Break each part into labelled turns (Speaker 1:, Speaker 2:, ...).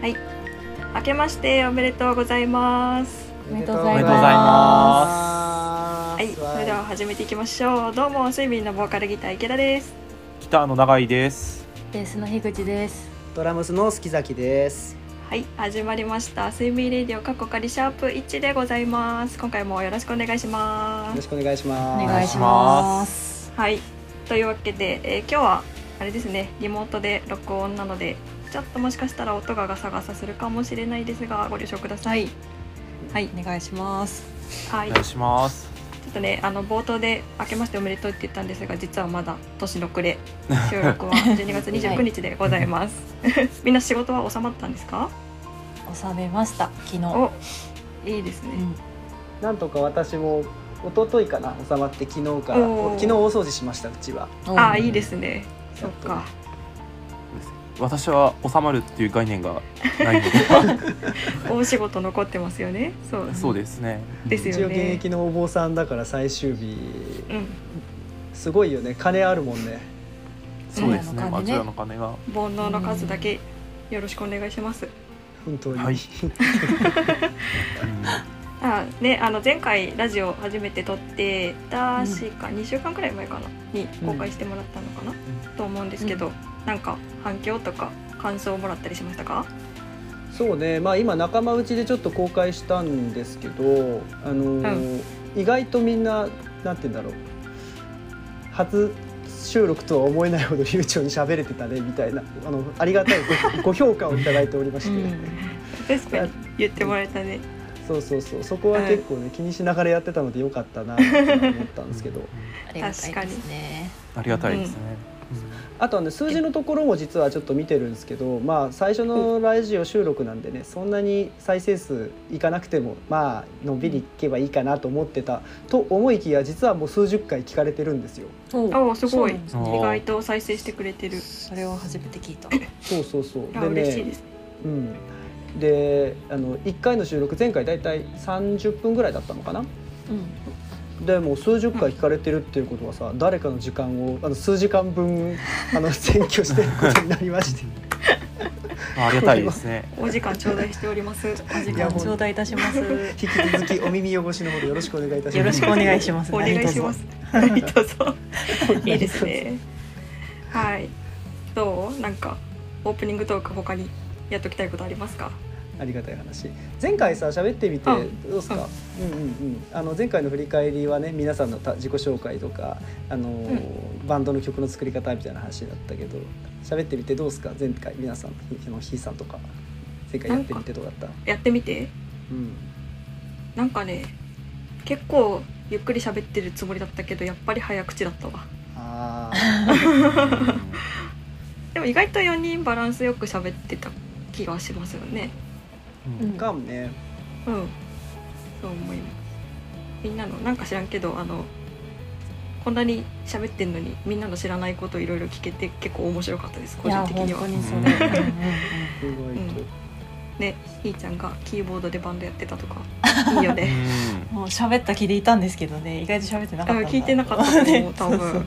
Speaker 1: はい。明けましておめでとうございます。
Speaker 2: おめでとうご
Speaker 3: お
Speaker 2: ざ
Speaker 3: め
Speaker 2: い
Speaker 3: でとうござい
Speaker 2: ま。
Speaker 3: ま
Speaker 1: は
Speaker 3: す
Speaker 1: い、それでは始めていきましょう。どうも、睡眠のボーカルギター池田です。
Speaker 3: す。ギターの長井です。
Speaker 4: ベースの樋口です。
Speaker 2: ドラムスの月崎です。
Speaker 1: はい、始まりました。睡眠レディオカッコカリシャープ1でございます。今回もよろしくお願いし
Speaker 2: よ
Speaker 1: ま
Speaker 2: ろ
Speaker 1: す。
Speaker 2: しくお願いします。
Speaker 4: お願いし
Speaker 3: ま
Speaker 4: ます。
Speaker 1: はい、というわけで、えー今日はあれですね、リモートで録音なので、ちょっともしかしたら音がガサガサするかもしれないですが、ご了承ください。はい、
Speaker 4: お願いします。
Speaker 1: は
Speaker 3: お
Speaker 1: い、
Speaker 3: 願
Speaker 1: ちょ
Speaker 3: いします。
Speaker 1: っとね、あの冒頭で明けましておめでとうって言ったんですが、実はまだ年の暮 れ。収録は12月29日でござい ます。みんな仕事は収まったんですか？
Speaker 4: 収めました。昨日。
Speaker 1: お、いいです
Speaker 4: う
Speaker 1: ね。
Speaker 4: ん、
Speaker 2: なんとか私も一昨日かな収まって昨日から
Speaker 1: おー
Speaker 2: 昨日大掃除しましたうちは。
Speaker 1: あー、
Speaker 3: うん
Speaker 1: いいですね。そっか。
Speaker 3: 私は収まるっていう概念がないの
Speaker 1: 大仕事残ってますよね。そう
Speaker 3: で、。そうですね。
Speaker 1: ですよ
Speaker 2: 一応現役のお坊さんだから最終日
Speaker 1: うん。
Speaker 2: すごいよね金あるもんね。
Speaker 3: そうですね。
Speaker 4: うん
Speaker 3: あちらの金が。
Speaker 1: 煩悩の数だけよろしくお願いします。
Speaker 2: 本当に。
Speaker 3: はい
Speaker 1: あー、ね、あの前回ラジオ初めて撮って確か2週間くらい前かなに公開してもらったのかな、と思うんですけど、なんか反響とか感想をもらったりしましたか？
Speaker 2: そうねまあ今仲間内でちょっと公開したんですけどあのー意外とみんななんて言うんだろう初収録とは思えないほど流暢に喋れてたねみたいなあのありがたいごご評価をいただいておりまして、
Speaker 1: 確かに言ってもらえたね。
Speaker 2: そうそうそうそこは結構ね、気にしながらやってたのでよかったなって思ったんですけど
Speaker 4: ありがたいですね。
Speaker 3: ありがたいですね。
Speaker 2: あとはね数字のところも実はちょっと見てるんですけどまあ最初のラジオ収録なんでねそんなに再生数いかなくてもまあのんびりいけばいいかなと思ってたと思いきや実はもう数十回聞かれてるんですよ。
Speaker 4: お
Speaker 1: おすご
Speaker 4: そう
Speaker 1: い
Speaker 4: なんです
Speaker 3: う
Speaker 4: ね
Speaker 3: ん
Speaker 1: 意外と再生してくれてる。
Speaker 4: それを初めて聞いた。
Speaker 2: そうそうそう
Speaker 1: あ嬉しいです。
Speaker 2: うん、であの1回の収録前回大体30分ぐらいだったのかな
Speaker 4: うん。
Speaker 2: でもう数十回聞かれてるっていうことはさ誰かの時間をあの数時間分あ の占拠してることになりまして
Speaker 3: ありがたいですね。
Speaker 1: お時間頂戴しております。
Speaker 4: お時間頂戴いたします。よ
Speaker 2: 引き続きお耳汚しのほどよろしくお願いいたします。
Speaker 4: ろしくお願いします。
Speaker 1: お願いします。はい、どうぞ。 いいです ね。はい。どう、なんか、オープニングトーク、他に。やっときたいことありますか。
Speaker 2: ありがたい話前回さ喋ってみて
Speaker 1: う
Speaker 2: ど
Speaker 1: ん
Speaker 2: うですか、うんうんうん、あの前回の振り返りはね皆さんのた自己紹介とか、あのーバンドの曲の作り方みたいな話だったけど喋ってみてどうですか前回皆さんひあのひいさんとか前回やってみてどうだった
Speaker 1: やってみて。
Speaker 2: うん
Speaker 1: なんかね。結構、ゆっくり喋ってるつもりだったけど、やっぱり早口だったわ。
Speaker 2: あ
Speaker 1: でも、意外と4人バランスよく喋ってた。気がしますよね。
Speaker 3: うん
Speaker 2: ーかもね
Speaker 1: うん。そう思います。みんなの、なんか知らんけど、あの。こんなに喋ってんのに、みんなの知らないこといろいろ聞けて、結構面白かったです。個
Speaker 4: い
Speaker 1: 人
Speaker 4: や
Speaker 1: 的
Speaker 4: 本
Speaker 1: に
Speaker 4: 当
Speaker 1: は。
Speaker 4: にそれ。
Speaker 2: 意外と、
Speaker 1: ね、ひーちゃんがキーボードでバンドやってた とか。いいよね。
Speaker 3: う
Speaker 4: もう喋った気でいたんですけどね、意外と喋ってな
Speaker 1: あ
Speaker 4: かった。
Speaker 1: 聞いてなかったと思う、多分。
Speaker 3: ん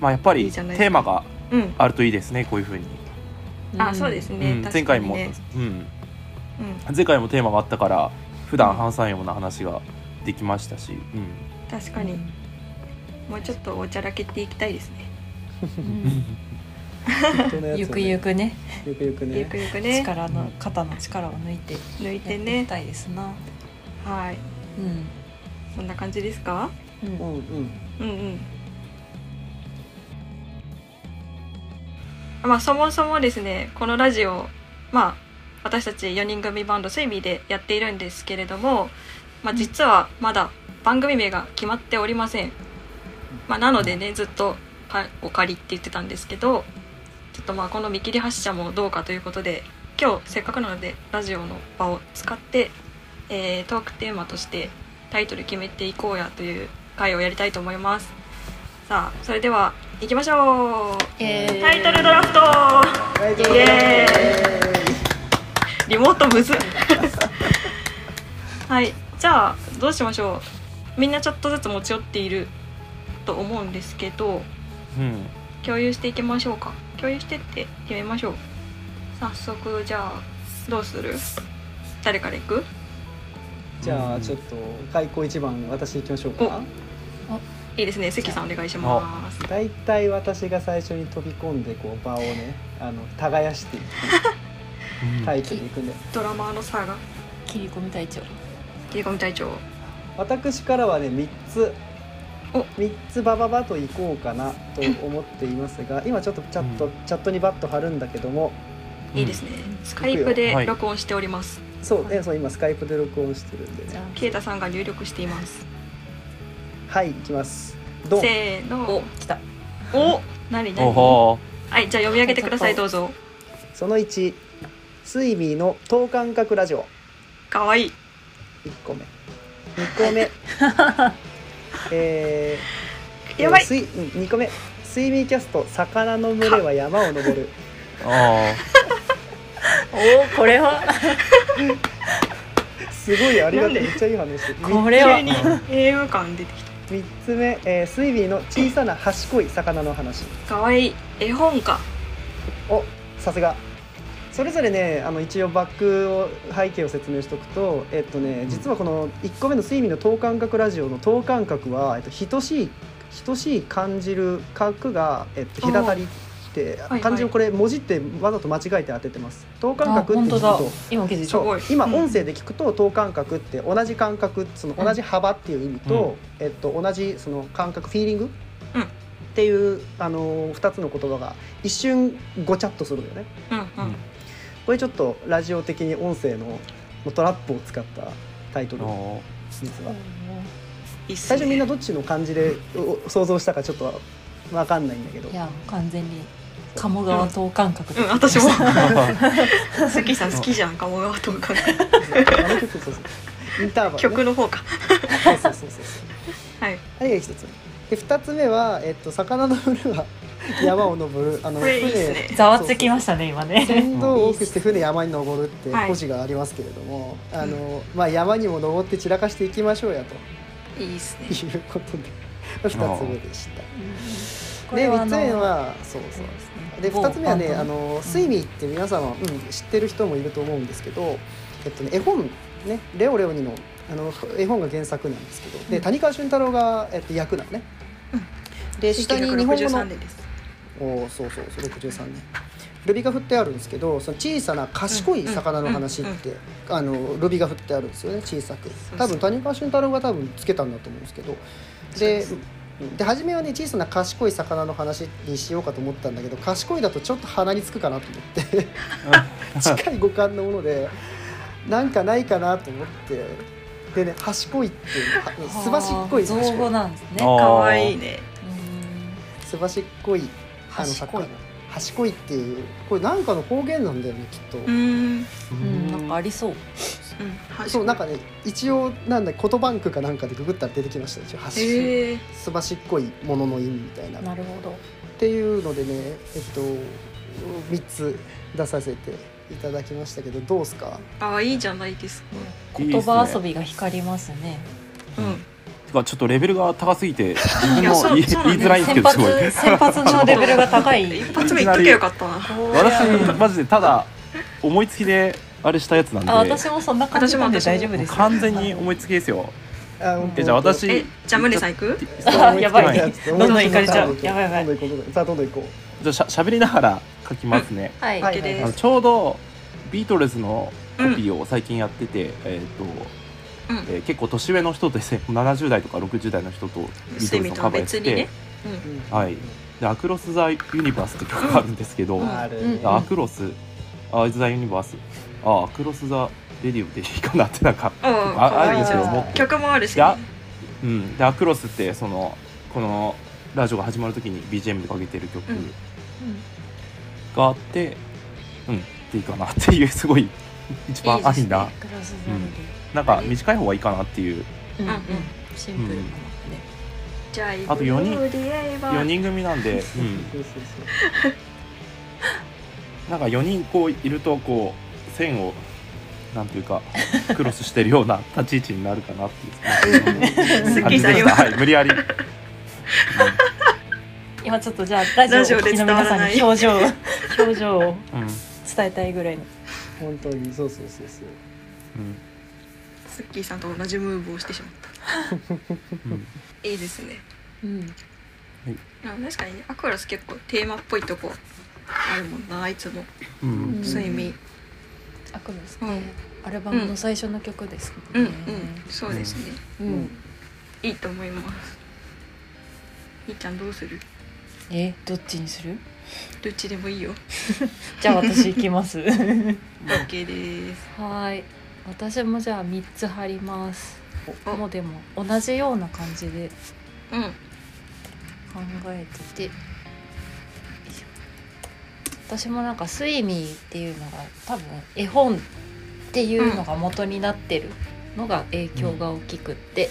Speaker 3: まあやっぱ
Speaker 1: い
Speaker 3: り
Speaker 1: いじ
Speaker 3: テ
Speaker 1: ゃない
Speaker 3: ーマが
Speaker 1: うん。
Speaker 3: あるといいですね。こういう風に。
Speaker 1: あ、そうです
Speaker 3: う
Speaker 1: ね。
Speaker 3: ん
Speaker 1: 確
Speaker 3: 前
Speaker 1: か
Speaker 3: 回
Speaker 1: に
Speaker 3: も、
Speaker 1: ね
Speaker 3: うん前回もテーマがあったから普段話さないような話ができましたし。うん
Speaker 1: うん、確かに、もうちょっとおちゃらけていきたいですね。
Speaker 2: 本 当のやつをね
Speaker 4: ゆくゆくね、
Speaker 2: ゆくゆく
Speaker 1: ゆ
Speaker 2: ね
Speaker 1: くゆくね、
Speaker 4: 力の肩の力を抜いてや
Speaker 1: 抜い
Speaker 4: って
Speaker 1: て
Speaker 4: いき
Speaker 1: ね。
Speaker 4: たいですな。
Speaker 1: はい、
Speaker 4: うん。
Speaker 1: そんな感じですか。
Speaker 4: うん
Speaker 2: うんうん
Speaker 1: うんうん。まあ、そもそもですね、このラジオ、まあ、私たち4人組バンド、スイミーでやっているんですけれども、まあ、実はまだ番組名が決まっておりません。まあ、なのでね、ずっとかお借りって言ってたんですけど、ちょっとまあ、この見切り発車もどうかということで、今日せっかくなので、ラジオの場を使って、えートークテーマとしてタイトル決めていこうやという回をやりたいと思います。さあ、それでは行きましょう。
Speaker 4: え
Speaker 1: タイトルドラフト
Speaker 2: はいどうぞ
Speaker 1: イエリモートむずっはいじゃあどうしましょうみんなちょっとずつ持ち寄っていると思うんですけど
Speaker 3: うん
Speaker 1: 共有していきましょうか共有してって決めましょう早速じゃあどうする誰から行く
Speaker 2: じゃあちょっと開口一番私行きましょうか
Speaker 1: いいですね関さんお願いします
Speaker 2: 大体私が最初に飛び込んでこう場をねあの耕していくタイプでいくんで
Speaker 1: ドラマーのサーガ
Speaker 4: 切り込み隊長
Speaker 1: 切り込み隊長
Speaker 2: 私からはね3つ
Speaker 1: お
Speaker 2: 3つバババといこうかなと思っていますが今ちょっとチャット、
Speaker 3: うん
Speaker 2: チャットにバッと貼るんだけども
Speaker 1: いいですね、スカイプ
Speaker 3: は
Speaker 1: で
Speaker 3: い
Speaker 1: 録音しております、
Speaker 2: そう,、
Speaker 4: は
Speaker 2: ね、そう今スカイプで録音してるんで
Speaker 4: じ
Speaker 2: ね
Speaker 4: ゃ
Speaker 1: ケイタさんが入力しています
Speaker 2: はい行きますドン
Speaker 1: せーの
Speaker 4: あ来た
Speaker 1: お何
Speaker 3: お
Speaker 1: 何
Speaker 3: ほ
Speaker 1: はいじゃあ読み上げてくださいどうぞ
Speaker 2: その1スイミーの等間隔ラジオ
Speaker 1: かわいい
Speaker 2: 1個目2個目 えー、
Speaker 1: やばい
Speaker 2: えースイうん2個目スイミーキャスト「魚の群れは山を登る
Speaker 3: ーあ
Speaker 4: おおこれ は」
Speaker 2: すごいありがた
Speaker 1: な
Speaker 2: い
Speaker 1: んで
Speaker 2: めっちゃい い話
Speaker 4: これ
Speaker 1: 急
Speaker 4: は
Speaker 1: に AM 感出てきた
Speaker 2: 3つ目、えー、スイミーの小さな賢い魚の話
Speaker 1: かわいい絵本か
Speaker 2: おさすがそれぞれねあの一応バックを背景を説明しておくと、えっとね、実はこの1個目の「睡眠の等間隔ラジオ」の等間隔は、えっと、等しい等しい感じる角が、えっと、隔たりって
Speaker 1: はい
Speaker 2: 漢字をこれ文字ってわざと間違えて当ててます。等間
Speaker 4: あ
Speaker 2: 隔って
Speaker 4: 本当
Speaker 2: 聞く
Speaker 4: だ
Speaker 2: と
Speaker 4: 今気づい
Speaker 1: す
Speaker 4: た
Speaker 2: そ
Speaker 1: ご
Speaker 2: う
Speaker 1: い
Speaker 2: 今
Speaker 1: うん
Speaker 2: 音声で聞くと等間隔って同じ感覚その同じ幅っていう意味と、えっと、同じその感覚フィーリング、
Speaker 1: うん
Speaker 2: っていう、あのー、2つの言葉が一瞬ごちゃっとするんだよね。
Speaker 1: うんうん、
Speaker 3: うん
Speaker 2: これちょっとラジオ的に音声のトラップを使ったタイト
Speaker 3: ー
Speaker 2: ル
Speaker 3: お
Speaker 2: 実
Speaker 4: お
Speaker 2: は
Speaker 4: ー
Speaker 1: いいっすね
Speaker 2: 最初みんなどっちの感じでお想像したかちょっと分かんないんだけど
Speaker 4: いや完全に鴨川等間隔で
Speaker 1: うん私 も
Speaker 3: ー
Speaker 1: 関さん好きじゃん鴨川とか
Speaker 2: あの曲そうそうインターバル、ね、
Speaker 1: 曲の方か
Speaker 2: そうそうそうそう
Speaker 1: はい
Speaker 2: あれが一つ目で二つ目は、えっと、魚の群れ は山を登るあの
Speaker 1: これいいっすね
Speaker 4: ざわつきましたね今ね
Speaker 2: 船を多くして船山に登るって
Speaker 1: はい
Speaker 2: 故事がありますけれども、あのまあ、山にも登って散らかしていきましょうやと
Speaker 1: いいっすね
Speaker 2: いうことで2つ目でした。
Speaker 4: こ
Speaker 2: で
Speaker 4: れは
Speaker 2: 3
Speaker 4: あ
Speaker 2: つ
Speaker 4: の
Speaker 2: 目はそう
Speaker 4: そ
Speaker 2: そうう
Speaker 4: ですね
Speaker 2: で2つ目はね
Speaker 4: 某
Speaker 2: あの睡眠って皆様、うん、知ってる人もいると思うんですけど、えっとね、絵本ね「レオレオニの」あの絵本が原作なんですけどで谷川俊太郎が、えっと、役なのね。で下に日本語
Speaker 1: 1963
Speaker 2: の
Speaker 1: 年です
Speaker 2: おーそうそうそう63年ルビが振ってあるんですけどその小さな賢い魚の話って、あのルビが振ってあるんですよね小さく
Speaker 1: そう
Speaker 2: 多分谷川俊太郎が多分つけたんだと思うんですけどで
Speaker 1: そう
Speaker 2: で初めはね小さな賢い魚の話にしようかと思ったんだけど賢いだとちょっと鼻につくかなと思 って近い五感のものでなんかないかなと思ってでね賢いっていうのはすばしっこい
Speaker 4: 造
Speaker 2: 賢い
Speaker 4: 語なんですね
Speaker 3: あー
Speaker 1: かわいいね
Speaker 2: すばしっこいあの
Speaker 4: 賢い
Speaker 2: 魚賢いっていうこれなんかの方言なんだよねきっと、
Speaker 1: うーん
Speaker 4: うーんうんなんかありそう
Speaker 1: うん
Speaker 2: そうなんかね一応なんだ言葉ンクかなんかでググったら出てきました一応はし
Speaker 1: へえ
Speaker 2: すばしっこいものの意味みたいなっ
Speaker 4: なるほど
Speaker 2: ていうのでねえっと3つ出させていただきましたけどどうすか
Speaker 1: 可愛いじゃないですか
Speaker 3: いいっす
Speaker 4: 言
Speaker 3: ね
Speaker 4: 葉遊びが光りますね
Speaker 1: うん
Speaker 3: てかちょっとレベルが高すぎて自分
Speaker 1: いや
Speaker 3: も
Speaker 1: そう
Speaker 3: 言い
Speaker 1: そうなん
Speaker 3: 言い
Speaker 1: です
Speaker 3: づらいんです
Speaker 4: 先
Speaker 3: けどすごい
Speaker 4: 発先発のレベルが高い
Speaker 1: 一発目言っときゃよかったな
Speaker 3: 私マジでただ思いつきであれしたやつなんで
Speaker 4: あ私もそんな感じなんで
Speaker 1: 私も
Speaker 4: 大
Speaker 1: 私
Speaker 4: 丈
Speaker 1: も
Speaker 4: 夫
Speaker 3: もう
Speaker 4: ですよ
Speaker 3: 完全に思いつきですよ
Speaker 2: あ
Speaker 4: うん
Speaker 3: えじゃあ私
Speaker 1: えじゃあムネさん行く
Speaker 4: あやばい
Speaker 2: や
Speaker 4: どんどん行かれちゃうやばいやばい
Speaker 2: どんどん行こうさあどんどん行こう
Speaker 3: じゃあしゃしゃべりながら書きますね、
Speaker 4: はい
Speaker 2: はい
Speaker 1: オッケー
Speaker 3: あ
Speaker 1: で
Speaker 3: の
Speaker 1: す
Speaker 3: ちょうどビートルズのコピーを最近やってて、えっ、と、
Speaker 1: うん
Speaker 3: えー結構年上の人とですね70代とか60代の人とビートルズのカバーやって
Speaker 1: してみた別に
Speaker 3: て、
Speaker 1: ね
Speaker 2: うん
Speaker 3: はいで「アクロス・ザ・ユニバース」って曲があるんですけど、
Speaker 1: うん
Speaker 2: ある
Speaker 4: うん
Speaker 3: あアクロス・アイズ・ザ・ユニバースあアクロス・ザ・レディオでいいかなってなんか、
Speaker 1: うん
Speaker 3: あ
Speaker 1: 可
Speaker 3: あ
Speaker 1: 愛
Speaker 3: るん
Speaker 1: い
Speaker 3: で
Speaker 1: じ
Speaker 3: す
Speaker 1: ゃ
Speaker 3: よ
Speaker 1: ん
Speaker 3: 思って
Speaker 1: 曲もあるし
Speaker 3: で
Speaker 1: ね
Speaker 3: あうん、でアクロスってそのこのラジオが始まる時に BGM でかけてる曲
Speaker 1: うん
Speaker 3: があってうん、でいいかなっていうすごい一番安易ななんか短い方がいいかなっていう
Speaker 4: うんうん
Speaker 1: うん
Speaker 4: シンプルなので
Speaker 1: じゃあ
Speaker 3: あと四人4
Speaker 1: 4
Speaker 3: 人組なんで、うん、
Speaker 2: そうそうそう
Speaker 3: なんか4人こういるとこう線をなんていうかクロスしてるような立ち位置になるかなっていう
Speaker 1: すっ
Speaker 3: 感
Speaker 1: きり
Speaker 3: じ
Speaker 1: さ
Speaker 3: で
Speaker 1: れ
Speaker 3: し
Speaker 1: まし
Speaker 3: た。
Speaker 1: た
Speaker 3: はい、無理やり。うん
Speaker 4: 今ちょっとじゃあラジオをお聞きの皆さんに表情を表情を
Speaker 3: うん
Speaker 4: 伝えたいぐらいの
Speaker 2: 本当にそうそうそうそう
Speaker 3: うん
Speaker 1: スッキーさんと同じムーブをしてしまっ
Speaker 3: うん
Speaker 1: たいいですね
Speaker 4: うん
Speaker 1: あ確かにねアクアロス結構テーマっぽいとこあるもんないつも
Speaker 3: う
Speaker 4: うん
Speaker 3: ん
Speaker 1: 睡眠
Speaker 5: アクロス
Speaker 1: う
Speaker 5: ね
Speaker 1: ん、
Speaker 5: アルバムの最初の曲です
Speaker 1: う
Speaker 5: も
Speaker 1: ん
Speaker 5: ん
Speaker 1: うん
Speaker 5: ね、
Speaker 1: そうですね
Speaker 4: うん、
Speaker 1: いいと思いますみーちゃんどうする
Speaker 4: えどっちにする
Speaker 1: どっちでもいいよ
Speaker 4: じゃあ私行きます
Speaker 1: OK です
Speaker 5: はい私もじゃあ3つ貼ります
Speaker 1: お
Speaker 5: もうでも同じような感じで
Speaker 1: うん
Speaker 5: 考えてて私もなんか「スイミー」っていうのが多分絵本っていうのが元になってるのが影響が大きくって、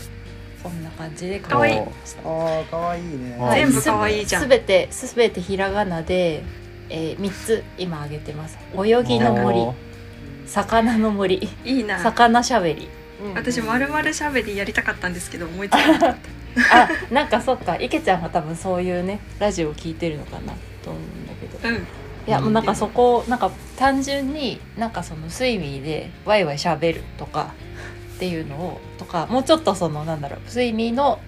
Speaker 5: こんな感じで考えました。
Speaker 2: ああ可愛いね
Speaker 3: あー
Speaker 1: 全部可愛いじゃん
Speaker 5: すべてすべてひらがなで、えー、3つ今挙げてます。泳ぎの森、魚の森、
Speaker 1: いいな
Speaker 5: 魚しゃべり。
Speaker 1: 私まるまるしゃべりやりたかったんですけど思いつかなかっ
Speaker 5: あ、なんかそっか、池ちゃんが多分そういうねラジオを聞いてるのかなと思 うんだけど。
Speaker 1: たうん
Speaker 5: いやもうなんかそこなんか単純になんかその睡眠でワイワイしゃべるとかっていうのをとかもうちょっとそのなんだろう睡眠の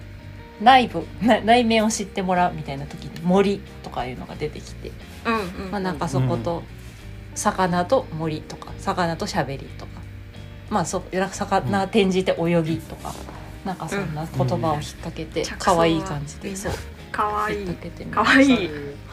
Speaker 5: 内部な内面を知ってもらうみたいな時に森とかいうのが出てきて、
Speaker 1: うんうん
Speaker 5: まあ、なんかそこと魚と森とか魚としゃべりとかまあそなんか魚転じて泳ぎとかなんかそんな言葉を引っ掛けて
Speaker 1: うん
Speaker 5: 可愛い感じで
Speaker 1: 着
Speaker 5: そ
Speaker 1: 想
Speaker 5: う
Speaker 1: は可愛
Speaker 5: 引っ
Speaker 1: い
Speaker 5: 掛けてみ
Speaker 1: 可
Speaker 5: ま
Speaker 1: 愛
Speaker 2: ち
Speaker 1: いい
Speaker 2: ょ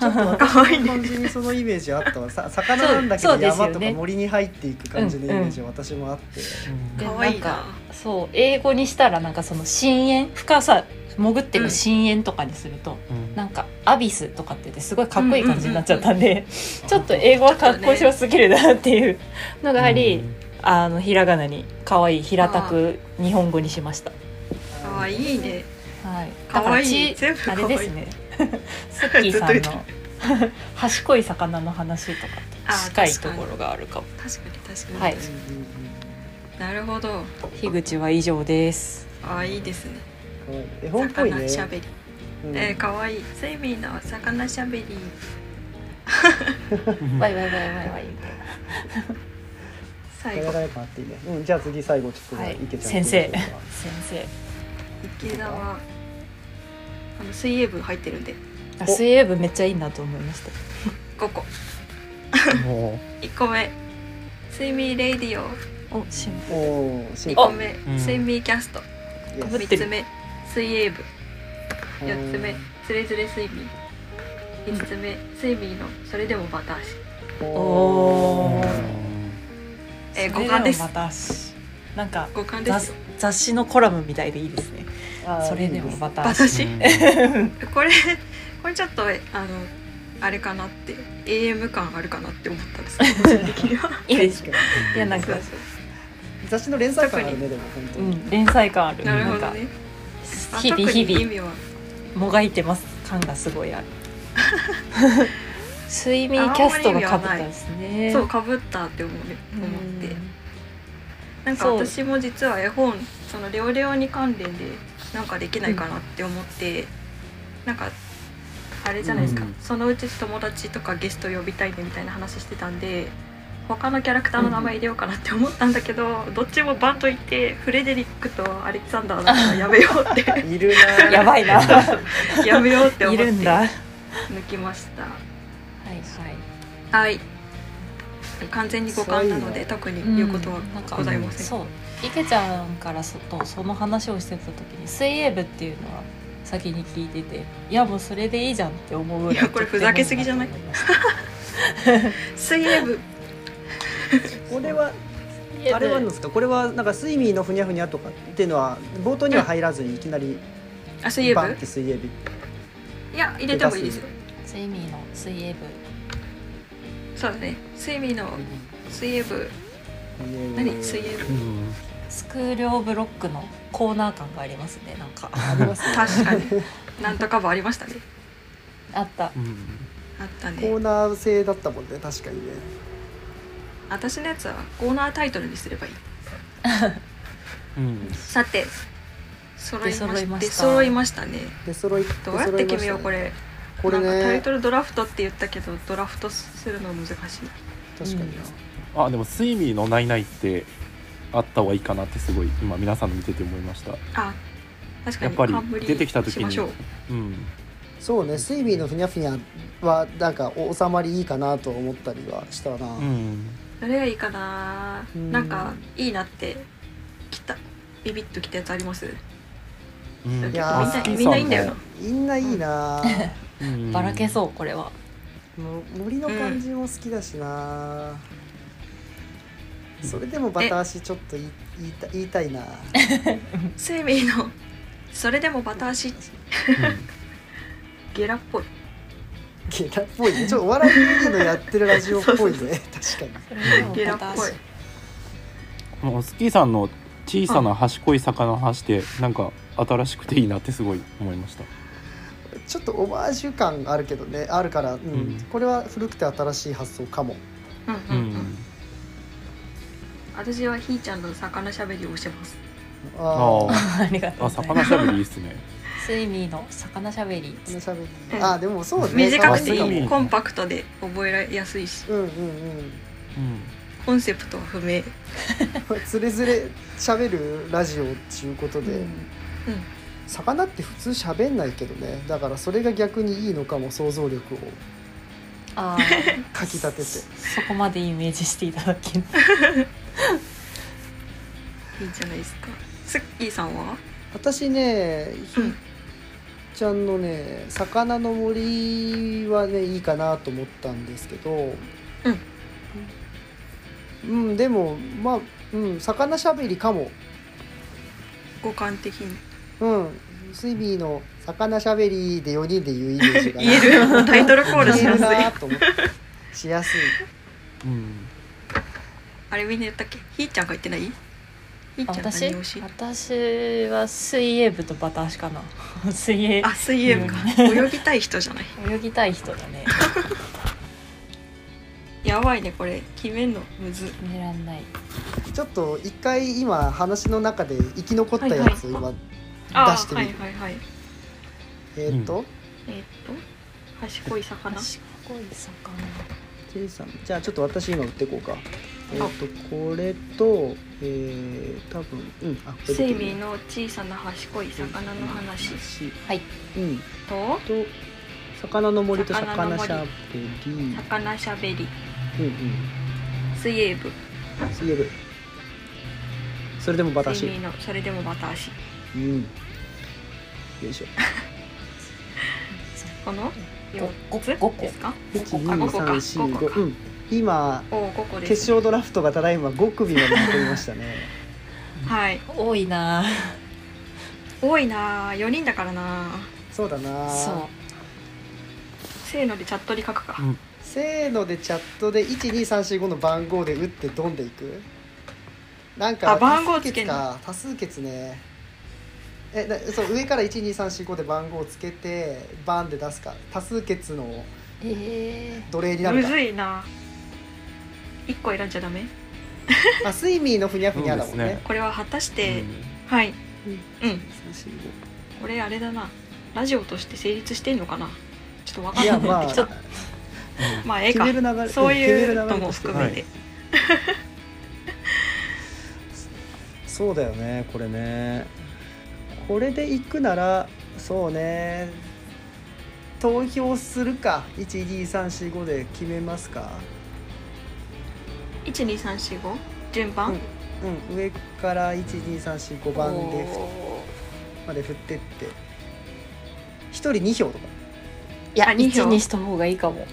Speaker 2: っと
Speaker 1: 可愛
Speaker 2: 私
Speaker 1: い
Speaker 2: の
Speaker 1: ね
Speaker 2: 感じにそのイメージあったわさ魚なんだけど
Speaker 5: そうそうですよね
Speaker 2: 山とか森に入っていく感じのイメージ私もあって
Speaker 3: うん
Speaker 5: で
Speaker 1: 可愛い
Speaker 5: なん
Speaker 1: な
Speaker 5: かそう英語にしたらなんかその深淵深さ潜ってる深淵とかにすると、
Speaker 3: うん
Speaker 5: なんかアビスとかって言ってすごいかっこいい感じになっちゃったんで、 ちょっと英語はかっこよすぎるなっていうのがあり、あのひらがなに可愛い平たく日本語にしました。
Speaker 1: 可愛いね
Speaker 5: はい。
Speaker 1: 可
Speaker 5: だから
Speaker 1: 愛い
Speaker 5: ち
Speaker 1: 全部可
Speaker 5: あ
Speaker 1: 愛い
Speaker 5: れです ね。スッキーさ
Speaker 1: ず
Speaker 5: ん
Speaker 1: っと言
Speaker 5: の賢い魚の話とか
Speaker 1: あ
Speaker 5: と近い
Speaker 1: 確か
Speaker 5: と
Speaker 1: に
Speaker 5: ころがあるかも。
Speaker 1: 確かに確かに、
Speaker 5: はい。
Speaker 1: なるほど
Speaker 5: 樋口は以上です。
Speaker 1: あーいいですね
Speaker 2: 絵本っぽいね
Speaker 1: 魚しゃべり
Speaker 2: うん
Speaker 1: えー、かわいい。セイミーの魚しゃべり。
Speaker 3: うん
Speaker 5: バイバイバイバイバイ。
Speaker 1: 最
Speaker 2: な
Speaker 1: 後
Speaker 2: か。なかあっていいねうんじゃあ次最後ちょっと
Speaker 5: はい
Speaker 2: 池ちゃん
Speaker 5: 先
Speaker 2: ど
Speaker 5: 生
Speaker 2: うしようか
Speaker 5: 先生。
Speaker 1: 池田は。あの水泳部入ってるんで。
Speaker 5: あ
Speaker 2: お
Speaker 5: 水泳部めっちゃいいなと思いました。
Speaker 1: 五個。
Speaker 3: も
Speaker 1: 一個目。睡眠レイディオ。
Speaker 5: おしん
Speaker 2: おーシン
Speaker 1: 二
Speaker 2: プル
Speaker 1: 個目。
Speaker 3: ん
Speaker 1: 睡眠キャスト。
Speaker 2: イエス
Speaker 5: かぶ
Speaker 1: 三
Speaker 5: ってる
Speaker 1: つ目。水泳部。四つ目
Speaker 2: うん。
Speaker 1: つれづれ睡眠。五つ目。睡眠の。それでもバタ足。
Speaker 5: お
Speaker 3: う
Speaker 5: ー
Speaker 1: えー
Speaker 4: それ
Speaker 1: 五感です
Speaker 4: もまたしなんか
Speaker 1: 五感です
Speaker 4: 雑
Speaker 1: よ。
Speaker 4: 雑誌のコラムみたいでいいですね
Speaker 2: あー
Speaker 4: それでも
Speaker 2: いい
Speaker 4: また
Speaker 1: バタ
Speaker 4: し
Speaker 1: 足。これ。 これちょっと、えあの。あれかなって。AM 感あるかなって思ったんですけど。個人的には
Speaker 5: いいです
Speaker 2: 確かに
Speaker 5: いやなん
Speaker 1: そ
Speaker 5: か
Speaker 1: うそう
Speaker 2: 雑誌の連載感あるねでも本当
Speaker 4: う
Speaker 2: に
Speaker 4: ん連載感ある
Speaker 1: なる
Speaker 4: ん
Speaker 1: ほど
Speaker 4: か
Speaker 1: ね。あ
Speaker 5: 日
Speaker 1: 特
Speaker 5: 々
Speaker 1: に
Speaker 5: 日
Speaker 1: 意
Speaker 5: 々
Speaker 1: 味は。
Speaker 4: もがいてます感がすごいあ る
Speaker 5: 睡眠キャストがかぶったんですね。
Speaker 1: そうかぶったって思う思って、
Speaker 5: うん
Speaker 1: なんか
Speaker 5: そう
Speaker 1: 私も実は絵本そのレオレオに関連でなんかできないかなって思って、なんかあれじゃないですか、
Speaker 3: うん
Speaker 1: そのうち友達とかゲスト呼びたいねみたいな話してたんで他のキャラクターの名前入れようかなって思ったんだけど、どっちもバンといてフレデリックとアレキサンダーだからやめようって
Speaker 2: いるな
Speaker 4: やばいな
Speaker 1: やめようって思
Speaker 4: い
Speaker 1: って
Speaker 4: るんだ
Speaker 1: 抜
Speaker 4: は
Speaker 1: きました
Speaker 5: はいはい。
Speaker 1: はい完全に互換なので特に言うことは
Speaker 5: なんか
Speaker 1: ございません、
Speaker 5: そう池ちゃんからそとその話をしてた時に水泳部っていうのは先に聞いてていやもうそれでいいじゃんって思うぐらい
Speaker 1: いやこれふざけすぎじゃない
Speaker 5: とってもいいなと思いまし
Speaker 1: 水泳部
Speaker 2: これは
Speaker 5: た
Speaker 2: あれはなんですかこれはなんかスイミーのふにゃふにゃとかっていうのは冒頭には入らずにいきなり
Speaker 1: あ水泳部
Speaker 2: バンって水泳日
Speaker 1: いや入れてもいいですよ
Speaker 5: 水泳部の水泳部
Speaker 1: そうだね睡眠の水泳部何水泳部
Speaker 3: うん
Speaker 5: スクールオブロックのコーナー感がありますねなんか
Speaker 2: ありますね
Speaker 1: 確かになんとか部ありましたね
Speaker 5: あった
Speaker 3: うん
Speaker 1: あった
Speaker 2: コー
Speaker 1: ね
Speaker 2: ナー制だったもんね確かにね
Speaker 1: 私のやつはコーナータイトルにすればいい
Speaker 3: うん
Speaker 1: さて揃いまし
Speaker 5: 出揃いました
Speaker 1: 出揃いましたね
Speaker 2: 出揃い
Speaker 1: どうやって決めようこ
Speaker 2: れ
Speaker 1: れ
Speaker 2: こ
Speaker 1: な
Speaker 2: れ
Speaker 1: んかタ
Speaker 2: ね
Speaker 1: イトルドラフトって言ったけどドラフトするの難しい
Speaker 6: 確かにな、
Speaker 3: あでもスイミーのナイナイってあった方がいいかなってすごい今皆さんの見てて思いました。
Speaker 1: あ確か
Speaker 3: やっ
Speaker 1: に
Speaker 3: ぱり
Speaker 1: 冠
Speaker 3: 出てきた時
Speaker 1: しまし
Speaker 3: に
Speaker 1: ょう、
Speaker 3: うん、
Speaker 2: そうねスイミーのふにゃふにゃはなんかお収まりいいかなと思ったりはしたな、
Speaker 3: うん、
Speaker 1: どれがいいかな
Speaker 2: うん
Speaker 1: なんかいいなってきたビビッときたやつあります
Speaker 3: うん、
Speaker 2: いやー
Speaker 3: あスキー
Speaker 1: みんないいんだよ
Speaker 3: さ
Speaker 1: な
Speaker 2: みんないいな
Speaker 3: も、うん
Speaker 5: ばらけそうこれは
Speaker 2: もう森の感じも好きだしな、それでもバタ足ちょっと言い言いた言いたいな
Speaker 1: セイミーの「それでもバタ足ゲラっぽい
Speaker 2: ゲラっぽいねちょっとお笑い芸人のやってるラジオっぽいね確かに
Speaker 1: ゲラっぽい
Speaker 3: うんもうスキーさんの小さな賢い坂の橋ってなんか新しくていいなってすごい思いました。
Speaker 2: ちょっとオマージュ感あるけどねあるから、うん
Speaker 3: うん
Speaker 2: これは古くて新しい発想かも
Speaker 1: うんうんうん私はひーちゃんの魚しゃべりを推してます
Speaker 2: あ
Speaker 3: あ
Speaker 2: あ
Speaker 7: ありがと
Speaker 3: あ、
Speaker 7: う
Speaker 3: あ、
Speaker 7: ございま
Speaker 3: 魚
Speaker 7: す
Speaker 3: しゃべりいいっすね。
Speaker 5: スイミーの魚しゃべり
Speaker 2: しゃべり
Speaker 1: うん
Speaker 2: あでもそうね
Speaker 1: 短くて
Speaker 2: 可愛い
Speaker 1: い
Speaker 2: か
Speaker 1: いコンパクトで覚えやすいし
Speaker 2: もうんうん
Speaker 3: う
Speaker 1: コンセプトは不明
Speaker 2: うんつれづれしゃべるラジオっていうことで、魚って普通しゃべんないけどねだからそれが逆にいいのかも想像力を
Speaker 5: あー
Speaker 2: かきたてて
Speaker 5: そこまでイメージしていただける
Speaker 1: いいんじゃないですかスッキーさんは
Speaker 2: 私ねひ
Speaker 1: うん
Speaker 2: ちゃんのね「魚の森」はねいいかなと思ったんですけどうん、でもまあうん魚しゃべりかも
Speaker 1: 五感的に
Speaker 2: うんスイミーの「魚しゃべり」で4人で言うイメージ が
Speaker 1: 言えるタイトルコールし
Speaker 2: 言
Speaker 1: や
Speaker 2: える
Speaker 1: すい
Speaker 2: なと思ってしやすい
Speaker 3: ん、うん、
Speaker 1: あれみんな言ったっけひーちゃんが言ってないひー
Speaker 5: あ
Speaker 1: ちゃん
Speaker 5: 私
Speaker 1: 何推し
Speaker 5: 私は水泳部とバタ足かな 水泳
Speaker 1: あ水泳部か、泳ぎたい人じゃない
Speaker 5: 泳ぎたい人だね
Speaker 1: やばいねこれ決めんのむず
Speaker 5: 決めらんない
Speaker 2: ちょっと一回今話の中で生き残ったやつを今出してみ
Speaker 1: はい
Speaker 2: る、
Speaker 1: はいはい
Speaker 2: えーっと、
Speaker 1: えーっと賢い魚
Speaker 5: 賢い魚
Speaker 6: J さんじゃあちょっと私今売っていこうかえっ、とこれとえー、多分うんあこれ
Speaker 1: 生命の小さな賢い魚の話
Speaker 5: はい
Speaker 6: うん
Speaker 1: と
Speaker 6: と魚の森と
Speaker 1: 魚の
Speaker 6: 魚しゃ
Speaker 1: 森
Speaker 6: べりうん
Speaker 1: 魚しゃべり
Speaker 6: うん
Speaker 1: 水泳部
Speaker 6: 水泳部それでも私
Speaker 1: 生命のそれでもまた足
Speaker 6: うんよいしょ
Speaker 1: この4
Speaker 5: ご
Speaker 1: つ
Speaker 5: ごご
Speaker 1: ですか
Speaker 6: 一
Speaker 1: あ
Speaker 6: 二
Speaker 1: 五個か
Speaker 6: 三四
Speaker 1: 五個
Speaker 6: 五
Speaker 1: か
Speaker 6: うん今
Speaker 1: お5個です
Speaker 6: 決勝ドラフトがただいま5組まで残りましたね
Speaker 1: はい
Speaker 5: 多いなあ
Speaker 1: 多いな4人だからな
Speaker 2: そうだな
Speaker 5: そう
Speaker 1: せーのでチャットに書くか
Speaker 2: せーのでチャットで12345の番号で打ってどんでいくなん
Speaker 1: あ
Speaker 2: か
Speaker 1: 番号
Speaker 2: 多数
Speaker 1: つけ
Speaker 2: 決
Speaker 1: んの
Speaker 2: か多数決ねえなそう上から12345で番号をつけてバンで出すか多数決の
Speaker 5: え
Speaker 2: 奴隷にな
Speaker 1: む
Speaker 2: るか
Speaker 1: ずいな1個選んじゃダメ
Speaker 2: あスイミーのふにゃふにゃだもん
Speaker 3: そう
Speaker 2: ね
Speaker 3: で
Speaker 1: これは果たして、
Speaker 3: うん
Speaker 1: はいうん、
Speaker 2: 三四
Speaker 1: これあれだなラジオとして成立してんのかな ちょっとわか
Speaker 2: 五い
Speaker 1: んな
Speaker 2: や
Speaker 1: い
Speaker 2: まあ
Speaker 1: まあええ
Speaker 6: 決
Speaker 1: か
Speaker 6: める流れ
Speaker 1: そうい
Speaker 6: ん
Speaker 1: う
Speaker 6: 決める
Speaker 1: の
Speaker 6: 流れ
Speaker 1: も
Speaker 6: として
Speaker 1: 含めて、
Speaker 6: そうだよねこれねこれで行くなら
Speaker 2: そうね投票するか12345で決めますか
Speaker 1: 12345順番、
Speaker 2: うんうん上から12345番でまで振ってって1人2票とか
Speaker 5: いや
Speaker 1: あ二票
Speaker 5: 1にした方がいいかも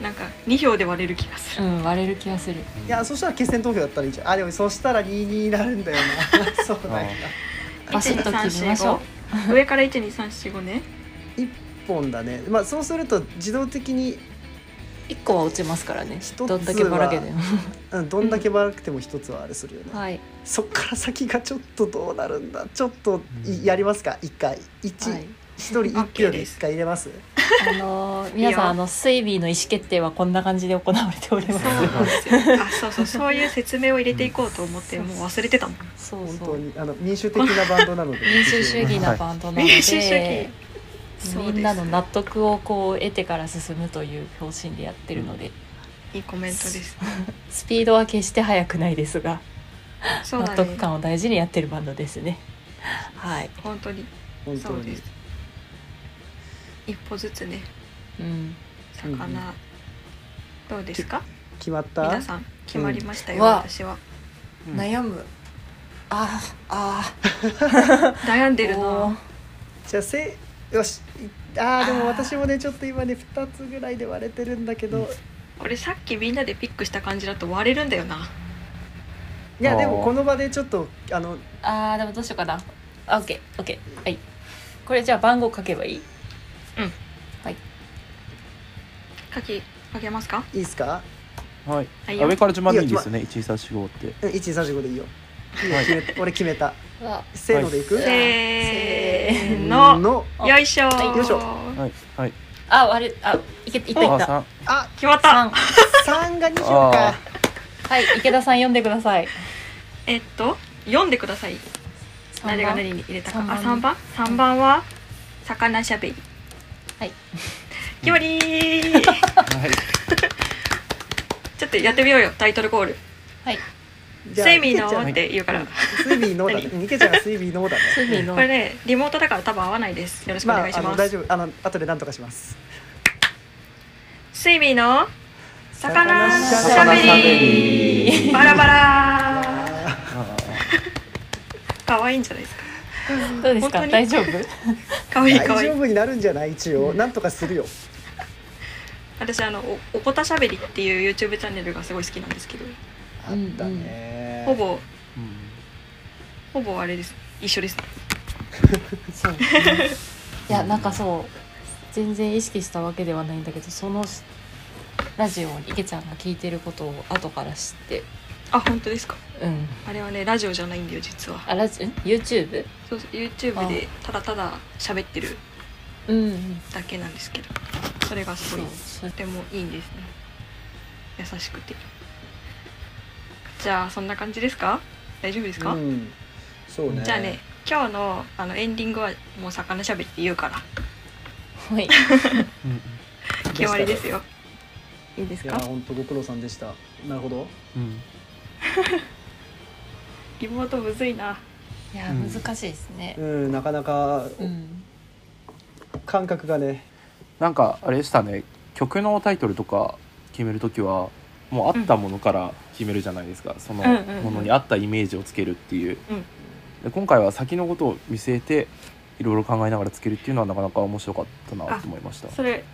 Speaker 1: なんか2票で割れる気がす
Speaker 5: う
Speaker 1: る、
Speaker 5: ん割れる気がする
Speaker 3: うん
Speaker 2: いやそしたら決選投票だったらいいじゃんあでもそしたら2になるんだよ なそうなんや
Speaker 5: バシッと決めましょ
Speaker 1: 12345上から12345ね
Speaker 2: 1本だねまあそうすると自動的に、
Speaker 5: 1個は落ちますからね
Speaker 2: 一つは
Speaker 5: どんだけばらけでも
Speaker 2: うん、どんだけばらくても1つはあれするよね、
Speaker 5: はい
Speaker 2: そっから先がちょっとどうなるんだちょっとい
Speaker 3: うん
Speaker 2: やりますか1回1、
Speaker 5: はい
Speaker 2: 一人1
Speaker 1: OK
Speaker 2: 票
Speaker 1: で
Speaker 2: です1回入れます
Speaker 5: あのー
Speaker 1: いい
Speaker 5: 皆さん
Speaker 1: よ
Speaker 5: あの水ビーの意思決定はこんな感じで行われておりま
Speaker 1: そう
Speaker 5: す
Speaker 1: なんですよあそうそうそういう説明を入れていこうと思ってもう忘れてたもん
Speaker 5: そう
Speaker 2: 本
Speaker 5: そ
Speaker 2: 当
Speaker 5: う
Speaker 2: にあの民主的なバンドなので
Speaker 5: 民主主義なバンドなので、
Speaker 1: 民主主義そう
Speaker 5: み
Speaker 1: です
Speaker 5: んなの納得をこう得てから進むという方針でやってるので、
Speaker 1: いいコメントです
Speaker 5: スピードは決して速くないですが、
Speaker 1: そう
Speaker 5: 納
Speaker 1: だ
Speaker 5: 得
Speaker 1: ね
Speaker 5: 感を大事にやってるバンドですね。はい。
Speaker 1: 本当に
Speaker 2: 本当
Speaker 1: そう
Speaker 2: に
Speaker 1: です一歩ずつね
Speaker 5: うん。
Speaker 1: 魚、
Speaker 2: うんうん
Speaker 1: どうですか
Speaker 2: 決まった
Speaker 1: 皆さん決まりましたよ、
Speaker 4: うんわ
Speaker 1: 私は
Speaker 3: うん
Speaker 4: 悩むあーあ
Speaker 1: 悩んでる
Speaker 4: お
Speaker 1: な
Speaker 4: ー
Speaker 8: じゃあせよしいあーでも私もねちょっと今ね2つぐらいで割れてるんだけど
Speaker 1: 俺さっきみんなでピックした感じだと割れるんだよない
Speaker 8: やでも
Speaker 3: あー
Speaker 8: この場でちょっとあの
Speaker 5: ああでもどうしようかな。あ、オッケー、オッケー。はい。これじゃあ番号書けばいい？
Speaker 1: 書き書けますか
Speaker 8: いいですか
Speaker 3: はい。
Speaker 1: はい
Speaker 3: あ
Speaker 1: よ
Speaker 3: 上から順番でいいんですよね。一二三四五って。
Speaker 8: うん1345でいいよいいよ
Speaker 3: はい
Speaker 8: 決め俺決めた
Speaker 5: は
Speaker 8: せーのでいく、
Speaker 1: せ
Speaker 5: せ
Speaker 1: ーの
Speaker 8: の
Speaker 1: よいしょ
Speaker 5: はい
Speaker 1: ー
Speaker 8: よいしょ
Speaker 3: はいはい。
Speaker 5: あ、あれあいけいったい
Speaker 3: あ
Speaker 5: った。
Speaker 3: 三。
Speaker 8: あ
Speaker 1: 決まった
Speaker 5: 三。
Speaker 8: 三が2票か
Speaker 3: あ
Speaker 5: はい、池田さん読んでください。
Speaker 1: えっと読んでください
Speaker 5: 三
Speaker 1: 誰が
Speaker 5: 番
Speaker 1: 何に入れたか
Speaker 5: 三番
Speaker 1: あ三番三番は魚しゃべり
Speaker 5: はい
Speaker 1: きょ りー
Speaker 3: はい。
Speaker 1: ちょっとやってみようよタイトルコール
Speaker 8: じゃあ
Speaker 1: セミの
Speaker 8: いけちゃん
Speaker 1: ーって言うから
Speaker 8: スイビーのだねニケちゃんはスイビーのだね
Speaker 5: スミ
Speaker 1: こ
Speaker 5: の
Speaker 1: れねリモートだから多分合わないですよろしくお
Speaker 8: まあ
Speaker 1: 願いし
Speaker 8: あの
Speaker 1: ま
Speaker 8: 大
Speaker 1: す
Speaker 8: 丈夫あの後で何とかします
Speaker 1: スイミーの魚しゃ
Speaker 8: 魚
Speaker 1: べりバラバラ
Speaker 8: あ
Speaker 3: あ
Speaker 1: 可愛いんじゃないですか
Speaker 5: どうです
Speaker 1: 本当
Speaker 5: か？
Speaker 1: に
Speaker 5: 大丈夫？
Speaker 1: 可愛い
Speaker 8: ー
Speaker 1: 可愛
Speaker 8: 大
Speaker 1: い
Speaker 8: 丈夫になるんじゃない一応何とかするよ
Speaker 1: 私あのおおこたしゃべりっていう YouTube チャンネルがすごい好きなんですけど
Speaker 8: あったね
Speaker 1: ほぼ
Speaker 3: ー
Speaker 1: ほぼあれです一緒です
Speaker 5: そう。いやなんかそう全然意識したわけではないんだけどそのラジオを池ちゃんが聞いてることを後から知って、
Speaker 1: あ本当ですか
Speaker 5: うん。
Speaker 1: あれはねラジオじゃないんだよ実は
Speaker 5: あラジん YouTube？
Speaker 1: そうそう YouTube でただただ喋ってる
Speaker 5: うんうん。
Speaker 1: だけなんですけどそれがす
Speaker 5: そう
Speaker 1: ごい
Speaker 5: そ
Speaker 1: とてもいいんですね優しくてじゃあそんな感じですか大丈夫ですか、
Speaker 2: うんそうね
Speaker 1: じゃあね今日のあのエンディングはもう魚しゃべりって言うから
Speaker 5: う。はい。
Speaker 3: うん
Speaker 1: 決まりですよいいです
Speaker 2: いや
Speaker 1: か
Speaker 2: 本当ご苦労さんでしたなるほど
Speaker 3: うん。
Speaker 1: リモートむずいない
Speaker 5: や
Speaker 3: うん
Speaker 5: 難しいですね。
Speaker 2: うんなかなか
Speaker 5: うん。
Speaker 2: 感覚がね
Speaker 3: なんかあれでしたね。曲のタイトルとか決めるときはもうあったものから決めるじゃないですか。その
Speaker 1: うんうんうん
Speaker 3: ものに合ったイメージをつけるっていう
Speaker 1: うん。
Speaker 3: で今回は先のことを見据えていろいろ考えながらつけるっていうのはなかなか面白かったなと思いました。
Speaker 1: それ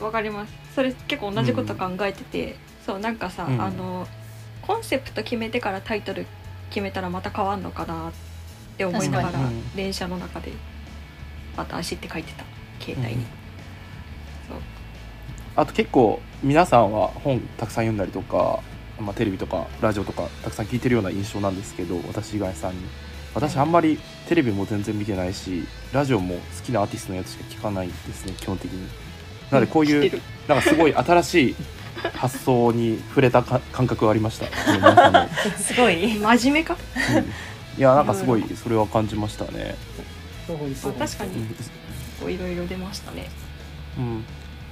Speaker 1: わかりますそれ結構同じこと考えてて、そうなんかさ、
Speaker 3: うん
Speaker 1: あのコンセプト決めてからタイトル決めたらまた変わんのかなって思いながら
Speaker 3: 確かにうん
Speaker 1: 電車の中でまた足って書いてた携帯に、そう
Speaker 3: あと結構皆さんは本たくさん読んだりとか、まあ、テレビとかラジオとかたくさん聞いてるような印象なんですけど私以外さんに私あんまりテレビも全然見てないしラジオも好きなアーティストのやつしか聞かないですね基本的になのでこうい
Speaker 1: 知って
Speaker 3: う
Speaker 1: る
Speaker 3: なんかすごい新しい発想に触れたか感覚がありましたこの皆さんの、うん
Speaker 4: すごい
Speaker 1: 真面目か、
Speaker 3: いやなんかすごいそれは感じましたね、
Speaker 2: そう本当
Speaker 1: まあ、確か
Speaker 3: う
Speaker 1: に
Speaker 3: ん
Speaker 1: こういろいろ出ましたね、
Speaker 3: うん、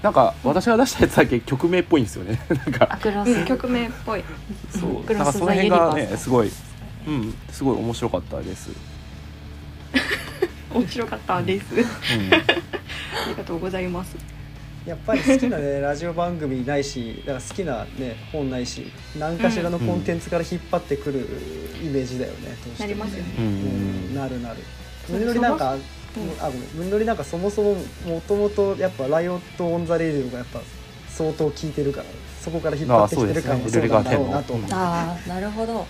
Speaker 3: なんか私が出したやつだけ曲名っぽいんですよねなんか
Speaker 5: アクロ
Speaker 1: うん、
Speaker 5: ス。
Speaker 1: 曲名っぽい
Speaker 3: そう、
Speaker 5: ク
Speaker 3: なん
Speaker 5: ロ
Speaker 3: か
Speaker 5: ス
Speaker 3: その
Speaker 5: ザユニ
Speaker 3: 辺
Speaker 5: バ
Speaker 3: が
Speaker 5: ース
Speaker 3: ね、すごい、うん、すごい面白かったです。うん、
Speaker 1: 面白かったですありがとうございます
Speaker 2: やっぱり好きなね ラジオ番組ないしだから好きなね本ないし何かしらのコンテンツから引っ張ってくるイメージだよね、どうしても
Speaker 1: なりますよね
Speaker 3: う
Speaker 2: うんん、、なるなる
Speaker 1: そう
Speaker 2: ムりなんか
Speaker 1: そも
Speaker 2: あごめんムりなんかそもそももともとやっぱ「ライオット・オン・ザ・レイディオ」がやっぱ相当効いてるからそこから引っ張ってきてる感
Speaker 3: あ
Speaker 2: は
Speaker 3: あ
Speaker 2: そ
Speaker 3: そううです
Speaker 2: な
Speaker 3: ね
Speaker 2: んだろうなと
Speaker 3: ルルガーテンの
Speaker 5: ああなるほど。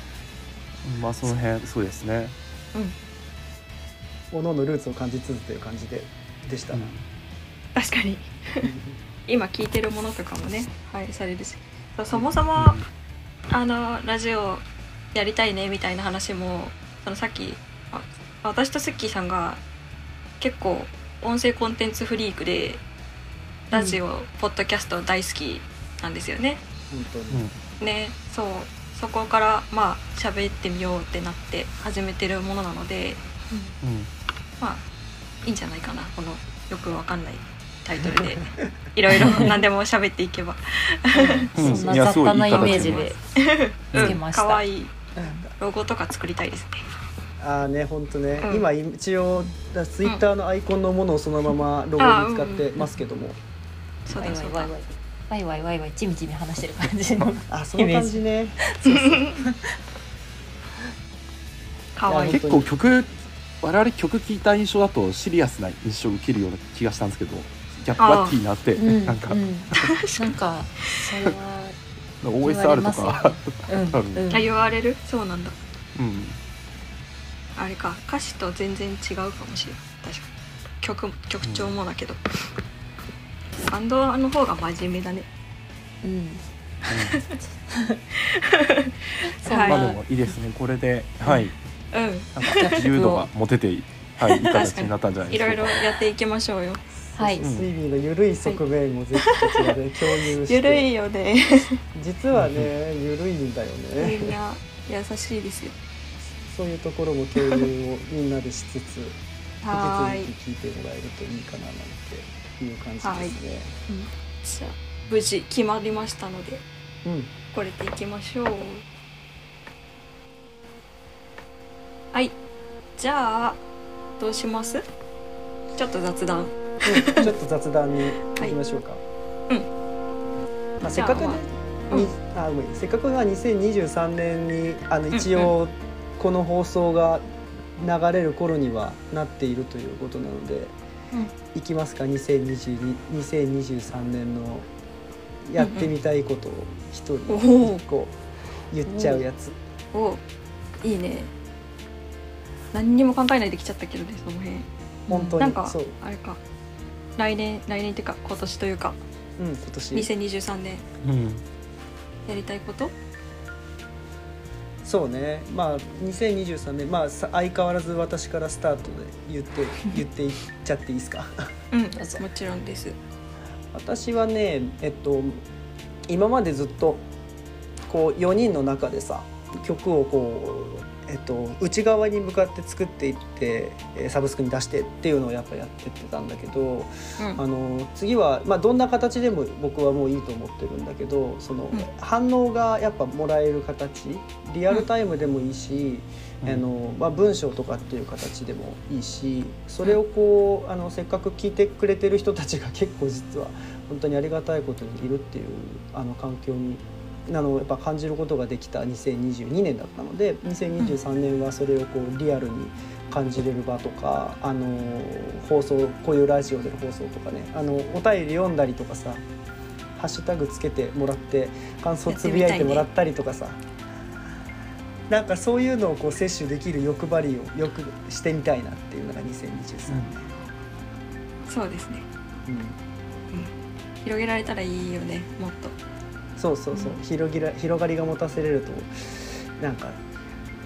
Speaker 3: まあ、その辺、そうですね。
Speaker 2: おのおのルーツを感じつつという感じででした、
Speaker 3: うん
Speaker 1: 確かに 今聞いてるものとかもね反映されるしそうそもそも、あのラジオやりたいねみたいな話もそのさっきあ私とスッキーさんが結構音声コンテンツフリークでラジオ、ポッドキャスト大好きなんですよね。
Speaker 2: 本当に、
Speaker 1: ねそうそこからまあ喋ってみようってなって始めてるものなので
Speaker 3: うん、
Speaker 1: まあいいんじゃないかなこのよくわかんないタイト ルでいろいろ何でも喋っていけば、
Speaker 3: うん
Speaker 5: そんない
Speaker 3: やす
Speaker 5: 雑
Speaker 3: ご
Speaker 5: 多
Speaker 3: いいい
Speaker 5: なイ
Speaker 3: 形
Speaker 5: メージで、
Speaker 1: う
Speaker 5: つけ
Speaker 1: ん、
Speaker 5: ました
Speaker 1: かわいい
Speaker 5: うん
Speaker 1: ロゴとか作りたいですね
Speaker 2: ああね本当ね、
Speaker 1: うん
Speaker 2: 今一応ツイッターのアイコンのものをそのままロゴに使ってますけども、
Speaker 1: そう
Speaker 5: ワ
Speaker 1: だ
Speaker 5: イ
Speaker 1: よそうだ
Speaker 5: ワイワイワイワイワイワイちみちみ話してる感じの
Speaker 2: あその感じね
Speaker 1: かわいい
Speaker 3: 結構曲我々曲聴いた印象だとシリアスな印象を受けるような気がしたんですけど逆
Speaker 1: あー
Speaker 3: ラッキーなって、
Speaker 5: うん
Speaker 3: なんか、
Speaker 5: うんなんかそれは言われ
Speaker 3: OSR
Speaker 5: ま
Speaker 3: と
Speaker 5: すよ
Speaker 3: か、
Speaker 5: ね
Speaker 3: 多分
Speaker 5: うんうん
Speaker 1: あ言われるそうなんだ
Speaker 3: うん、
Speaker 1: あれか歌詞と全然違うかもしれない確かに曲も曲調もだけど、バンドの方が真面目だね
Speaker 5: うんそん
Speaker 1: はい
Speaker 3: まあ
Speaker 5: な
Speaker 3: でもいいですねこれではい
Speaker 1: うん
Speaker 3: なんか自由度が持ててはいいい形になったんじゃないで
Speaker 1: い
Speaker 3: すか
Speaker 1: ろいろやっていきましょうよ
Speaker 5: はい
Speaker 2: そうそうスイミーの緩い側面もぜひこちらで共有して、
Speaker 1: ゆるいよね
Speaker 2: 実はね緩いんだよ
Speaker 1: みん
Speaker 2: ね
Speaker 1: な優しいですよ
Speaker 2: そういうところも共有をみんなでしつつ
Speaker 1: はー
Speaker 2: 引
Speaker 1: い
Speaker 2: き続き聞いてもらえるといいかななんていう感じですね、
Speaker 1: じゃあ無事決まりましたので
Speaker 2: うん
Speaker 1: これでいきましょうはいじゃあどうしますちょっと雑談
Speaker 2: うんちょっと雑談に行きましょうか。
Speaker 1: い
Speaker 2: まあ、せっかくね、
Speaker 1: あ
Speaker 2: にあごめんせっかくが2023年にあの一応この放送が流れる頃にはなっているということなので、
Speaker 5: うん
Speaker 2: いきますか2022 2023年のやってみたいことを一人
Speaker 1: うんうんおー
Speaker 2: 一個言っちゃうやつ。
Speaker 1: おいいね何にも考えないで来ちゃったけどねその辺
Speaker 2: 本当
Speaker 1: なん
Speaker 2: に
Speaker 1: か
Speaker 2: そう、
Speaker 1: あれか来年来年っていうか今年というか
Speaker 2: うん、今年
Speaker 1: 2023年
Speaker 3: うん
Speaker 1: やりたいこと
Speaker 2: そうねまあ2023年まあさ相変わらず私からスタートで言って言っていっちゃっていいですか
Speaker 1: うん
Speaker 5: どうぞ
Speaker 1: もちろんです
Speaker 2: 私はねえっと今までずっとこう4人の中でさ曲をこう、えっと、内側に向かって作っていってえーサブスクに出してっていうのをやっぱやってってたんだけど
Speaker 1: うん
Speaker 2: あの次は、まあ、どんな形でも僕はもういいと思ってるんだけどその、
Speaker 1: うん
Speaker 2: 反応がやっぱもらえる形リアルタイムでもいいし、
Speaker 3: うん
Speaker 2: あのまあ、文章とかっていう形でもいいしそれをこうあのせっかく聞いてくれてる人たちが結構実は本当にありがたいことにいるっていうあの環境にあのやっぱ感じることができた2022年だったので2023年はそれをこうリアルに感じれる場とか、あの放送こういうラジオでの放送とかねあのお便り読んだりとかさハッシュタグつけてもらって感想つぶやいてもらったりとかさ、なんかそういうのをこう摂取できる欲張りをよくしてみたいなっていうのが2023
Speaker 1: そうですね
Speaker 2: 年、
Speaker 1: 広げられたらいいよねもっと
Speaker 2: うんそうそうそう、広げら広がりが持たせれるとなんか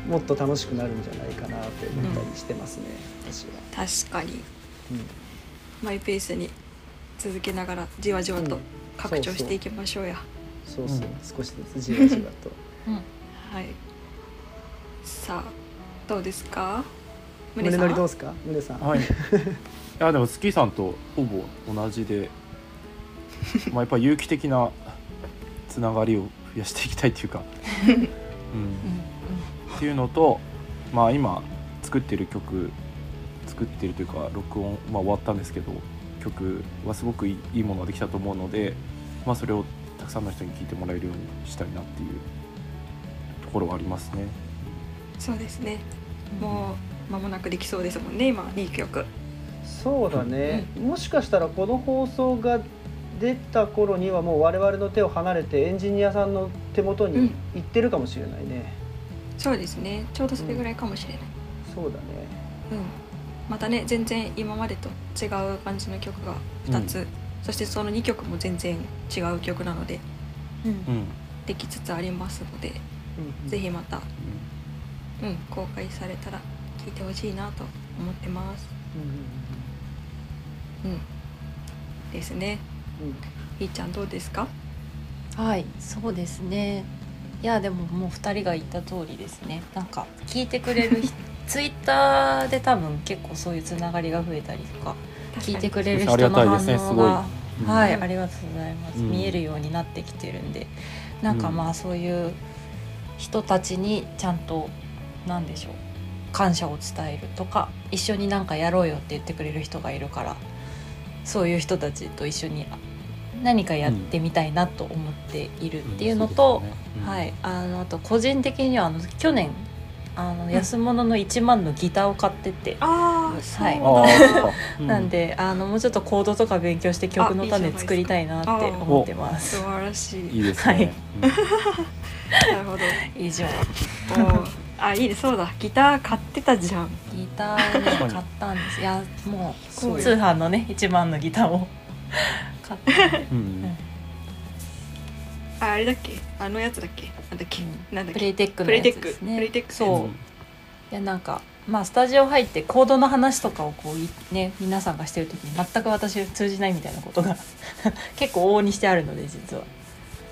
Speaker 2: もっと楽しくなるんじゃないかなって思ったりしてますね、私は。
Speaker 1: 確かに
Speaker 2: うん
Speaker 1: マイペースに続けながらじわじわ
Speaker 2: う
Speaker 1: と
Speaker 2: ん
Speaker 1: 拡張していきましょうや、
Speaker 2: そうそう、
Speaker 3: うん
Speaker 2: 少しずつじわじわと。
Speaker 1: はいさあどうですか
Speaker 2: 胸
Speaker 1: さん
Speaker 2: のりどうですか、胸さん。
Speaker 3: はいいやでもスキーさんとほぼ同じでまあやっぱ有機的なつながりを増やしていきたいというか、うん、っていうのと、まあ、今作ってる曲作ってるというか録音、まあ、終わったんですけど曲はすごくいいいいものができたと思うので、まあ、それをたくさんの人に聴いてもらえるようにしたいなっていうところはありますね。
Speaker 1: そうですねもう間もなくできそうですもんね今いい曲
Speaker 2: そうだね、もしかしたらこの放送が出た頃にはもう我々の手を離れてエンジニアさんの手元に行ってるかもしれないね、
Speaker 1: そうですねちょうどそれぐらいかもしれない、
Speaker 2: そうだね
Speaker 1: うんまたね全然今までと違う感じの曲が2つ、そしてその2曲も全然違う曲なので
Speaker 5: うん
Speaker 3: うん
Speaker 1: できつつありますので、ぜひまた、うん、公開されたら聴いてほしいなと思ってますですね
Speaker 2: うんうん
Speaker 1: ひーちゃんどうですか
Speaker 5: はいそうですねいやでももう2人が言った通りですねなんか 聞いてくれる人ツイッターで多分結構そういうつながりが増えたりとか聞いてくれる人
Speaker 3: あり
Speaker 5: の
Speaker 3: がたい
Speaker 5: 反
Speaker 3: ですね
Speaker 5: 応が、
Speaker 3: すごいうん
Speaker 5: はいありがとうございます、
Speaker 3: うん
Speaker 5: 見えるようになってきてるんでなんかまあそういう人たちにちゃんとなんでしょう感謝を伝えるとか一緒になんかやろうよって言ってくれる人がいるからそういう人たちと一緒にあ何かやってみたいなと思っているっていうのと、はい、あのあと個人的にはあの去年あの安物の1万のギターを買ってて、
Speaker 1: ああ、
Speaker 5: はい
Speaker 1: そう
Speaker 3: あ
Speaker 1: だ。
Speaker 3: あ
Speaker 5: なんであのもうちょっとコードとか勉強して曲の種作りたいなって思ってま
Speaker 1: 素
Speaker 5: す。
Speaker 1: 晴らし
Speaker 3: い
Speaker 1: い。
Speaker 3: いですね、
Speaker 1: なるほど。
Speaker 5: 以上
Speaker 1: おーあ、いいね。そうだ。ギター買ってたじゃん。
Speaker 5: ギターを
Speaker 3: 確か
Speaker 5: ね
Speaker 3: に
Speaker 5: 買ったんですいやも
Speaker 8: そう
Speaker 5: う
Speaker 8: よ
Speaker 5: 通販のね一番のギターを買ったんで
Speaker 3: うんうん
Speaker 1: あ、あれだっけ？あのやつだっけ？なんだっけ？なんだっ
Speaker 5: プレ
Speaker 1: け？
Speaker 5: イテック
Speaker 1: プ
Speaker 5: の
Speaker 1: レイ
Speaker 5: やつ
Speaker 1: テッ
Speaker 5: で
Speaker 1: ク
Speaker 5: す。
Speaker 1: プレイ
Speaker 5: ね
Speaker 1: テック。
Speaker 5: そういやなんかまあスタジオ入ってコードの話とかをこういね皆さんがしてる時に全く私通じないみたいなことが結構往々にしてあるので実は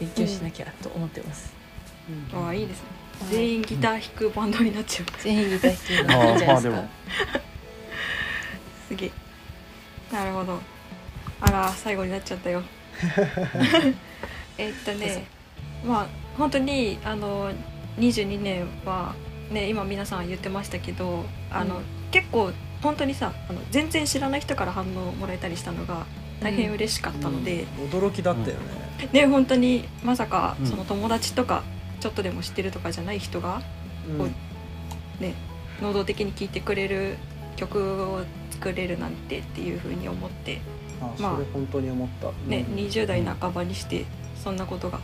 Speaker 5: 勉強しなきゃと思ってます、
Speaker 1: ああ、いいですね。全員ギター弾くバンドになっちゃう。
Speaker 5: 全員ギター弾ける
Speaker 3: あ
Speaker 5: のいいんじ
Speaker 3: ー
Speaker 5: ゃな
Speaker 3: まあ
Speaker 5: い
Speaker 3: で
Speaker 5: ですか
Speaker 3: も
Speaker 1: すげえ。なるほど。あら、最後になっちゃった よ。えっとね、まあ本当にあの22年はね今皆さん言ってましたけど、あの、
Speaker 5: うん
Speaker 1: 結構本当にさあの全然知らない人から反応をもらえたりしたのが大変嬉しかったので、
Speaker 2: 驚きだったよね、
Speaker 1: ね本当にまさか
Speaker 3: うん
Speaker 1: その友達とかちょっとでも知ってるとかじゃない人が
Speaker 2: うん
Speaker 1: うん能動的に聴いてくれる曲を作れるなんてっていう風に思って
Speaker 2: あ
Speaker 1: まあ
Speaker 2: それ本当に思った、
Speaker 1: ね、
Speaker 2: うん
Speaker 1: 20代半ばにしてそんなことが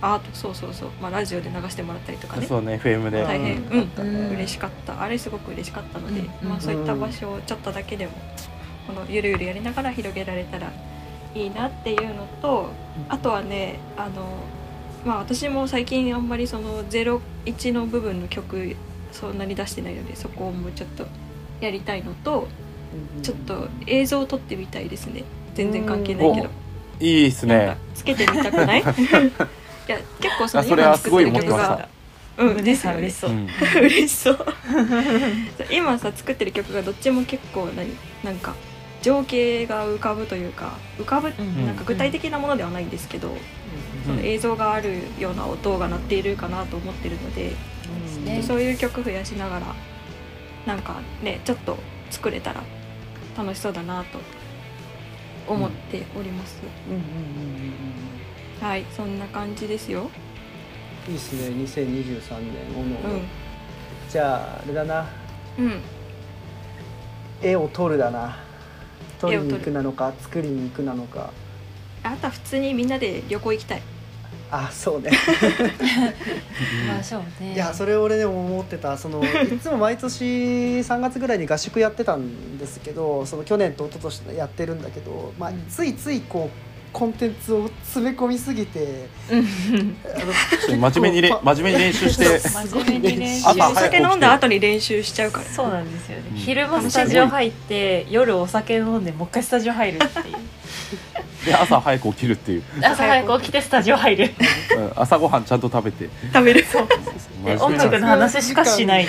Speaker 1: あそうそうそう、まあ、ラジオで流してもらったりとかね
Speaker 3: そうね FM で
Speaker 1: 大変
Speaker 2: う
Speaker 1: うんん
Speaker 5: うん
Speaker 1: 嬉しかったあれすごく嬉しかったので、
Speaker 5: うん
Speaker 1: まあ、そういった場所をちょっとだけでもこのゆるゆるやりながら広げられたらいいなっていうのとあとはねあの、まあ、私も最近あんまりその01の部分の曲そんなに出してないのでそこをもうちょっとやりたいのとちょっと映像を撮ってみたいですね全然関係ないけど。
Speaker 3: いいです
Speaker 1: なん
Speaker 3: ね
Speaker 1: かつけてみたくない いや結構その
Speaker 3: あそれ
Speaker 1: 今
Speaker 3: は
Speaker 1: 作ってる
Speaker 3: すごい思っ
Speaker 1: 曲
Speaker 3: てました
Speaker 1: がうん
Speaker 5: 嬉しさ嬉しそう、
Speaker 3: うん
Speaker 1: そう 嬉しそう今さ作ってる曲がどっちも結構何なんか情景が浮かぶというか浮かぶ
Speaker 5: うん
Speaker 1: なんか具体的なものではないんですけど、
Speaker 3: う
Speaker 1: その
Speaker 3: ん
Speaker 1: 映像があるような音が鳴っているかなと思ってるので、
Speaker 5: です
Speaker 1: で
Speaker 5: ね
Speaker 1: そういう曲増やしながらなんかねちょっと作れたら楽しそうだなと思っております、
Speaker 2: うんうんうんうん
Speaker 1: はいそんな感じですよ
Speaker 2: うんいいっすね2023年おのお
Speaker 1: う
Speaker 2: の、
Speaker 1: ん
Speaker 2: じゃああれだな
Speaker 1: うん、
Speaker 2: 絵を撮るだな撮りに行くなのか作りに行くなのか
Speaker 1: あとは普通にみんなで旅行行きたい。
Speaker 2: あそうね
Speaker 5: 行きましょうね
Speaker 8: いやそれ俺でも思ってたそ のいつも毎年3月ぐらいに合宿やってたんですけどその去年と一昨年やってるんだけど、まあ
Speaker 5: うん、
Speaker 8: ついついこうコンテンツを詰め込みすぎてあの
Speaker 3: 真面目にれ
Speaker 8: 結構
Speaker 3: 真面目に練習して
Speaker 5: 真面目に練習
Speaker 3: 朝
Speaker 1: お
Speaker 3: 早く
Speaker 1: 酒飲んだ後に練習しちゃうから。
Speaker 5: そうなんですよね、
Speaker 3: うん
Speaker 5: 昼間スタジオ入って夜お酒飲んでもう一回スタジオ入るっていう
Speaker 3: で朝早く起きるっていう、
Speaker 5: 朝早く起きてスタジオ入る
Speaker 3: うん朝ごはんちゃんと食べて
Speaker 1: 食べる。
Speaker 5: で
Speaker 3: 真
Speaker 5: 音
Speaker 3: 面目
Speaker 5: 楽
Speaker 3: な
Speaker 5: の話しかしない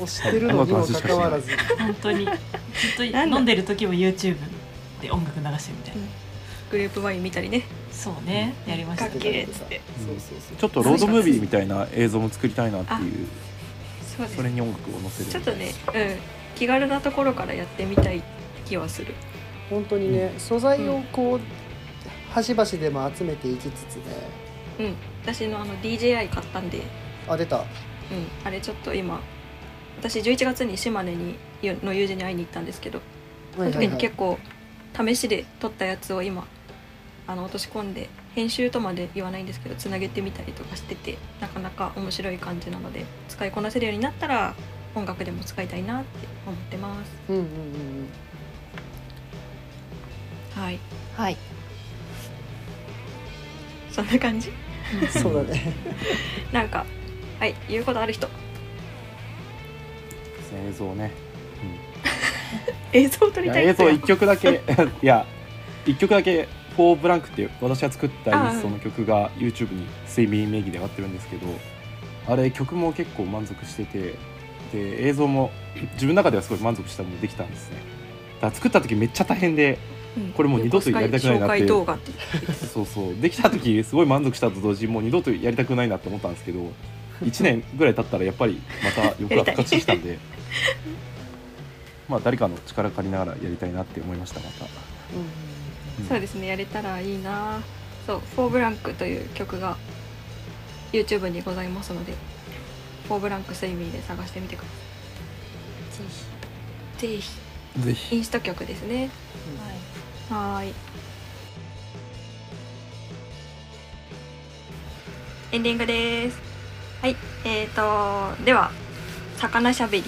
Speaker 8: 押してる のにもかかわらず
Speaker 5: 本当にずっと
Speaker 1: なんだ
Speaker 5: 飲んでる時も YouTube で音楽流してみたいな
Speaker 1: グレープワイン見たりね。
Speaker 5: そうねやりまし
Speaker 1: か
Speaker 5: た
Speaker 1: っけえっつって。
Speaker 8: そうそうそう
Speaker 3: ちょっとロードムービーみたいな映像も作りたいなっていう
Speaker 1: そうです
Speaker 3: それに音楽を載せる
Speaker 1: ちょっとね、うん、気軽なところからやってみたい気はする。
Speaker 8: 本当にね素材をこう端々でも集めていきつつね
Speaker 1: うん、私のあの DJI 買ったんで、うん、
Speaker 8: あ出た
Speaker 1: あれちょっと今。私11月に島根にゆの友人に会いに行ったんですけど、その時に結構試しで撮ったやつを今あの落とし込んで編集とまで言わないんですけどつなげてみたりとかしててなかなか面白い感じなので使いこなせるようになったら音楽でも使いたいなって思ってます。
Speaker 8: うんうんうん
Speaker 1: はい、
Speaker 5: はい
Speaker 1: そんな感じ。
Speaker 8: うんそうだね
Speaker 1: なんかはい言うことある人
Speaker 3: 映像ね、
Speaker 1: 映像を撮
Speaker 3: う
Speaker 1: り
Speaker 3: んいや
Speaker 1: たい
Speaker 3: 映
Speaker 1: 人
Speaker 3: 像
Speaker 1: が
Speaker 3: 一曲だけ いや一曲だけ「フォーブランクっていう私が作った
Speaker 1: あうん
Speaker 3: その曲が YouTube に睡眠名義で上がってるんですけどあれ曲も結構満足しててで映像も自分の中ではすごい満足したものできたんですねから作った時めっちゃ大変でこれもう二度とやりたくないなって
Speaker 1: 紹介動画って
Speaker 3: そうそうできた時すごい満足したと同時にもう二度とやりたくないなって思ったんですけど1年ぐらい経ったらやっぱりまた欲が復活してきた んでまあ誰かの力借りながらやりたいなって思いましたまた。うん
Speaker 1: そうですねやれたらいいなそう「フォーブランク」という曲が YouTube にございますので「フォーブランク睡眠」で探してみてくださいぜひぜ
Speaker 3: ぜ
Speaker 1: ひ
Speaker 3: ひ
Speaker 1: インスタ曲ですねはーいエンディングですはいえー、とでは「魚しゃべり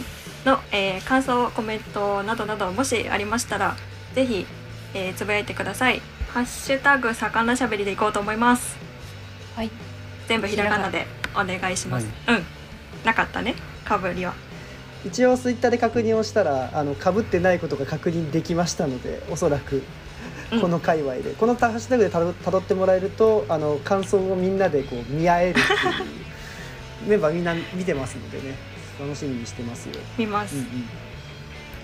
Speaker 1: の」えー感想コメントなどなどもしありましたらぜひえーつぶやいてください。ハッシュタグ魚しゃべりでいこうと思います。
Speaker 5: はい。
Speaker 1: 全部ひらがなでお願いします。うん。なかったね。かぶりは。
Speaker 2: 一応ツイッターで確認をしたらあの被ってないことが確認できましたのでおそらく
Speaker 1: うん
Speaker 2: この界隈で、このハッシュタグでたどたどってもらえるとあの感想をみんなでこう見合えるっていうメンバーみんな見てますのでね楽しみにしてますよ。
Speaker 1: 見ます。
Speaker 2: うんうん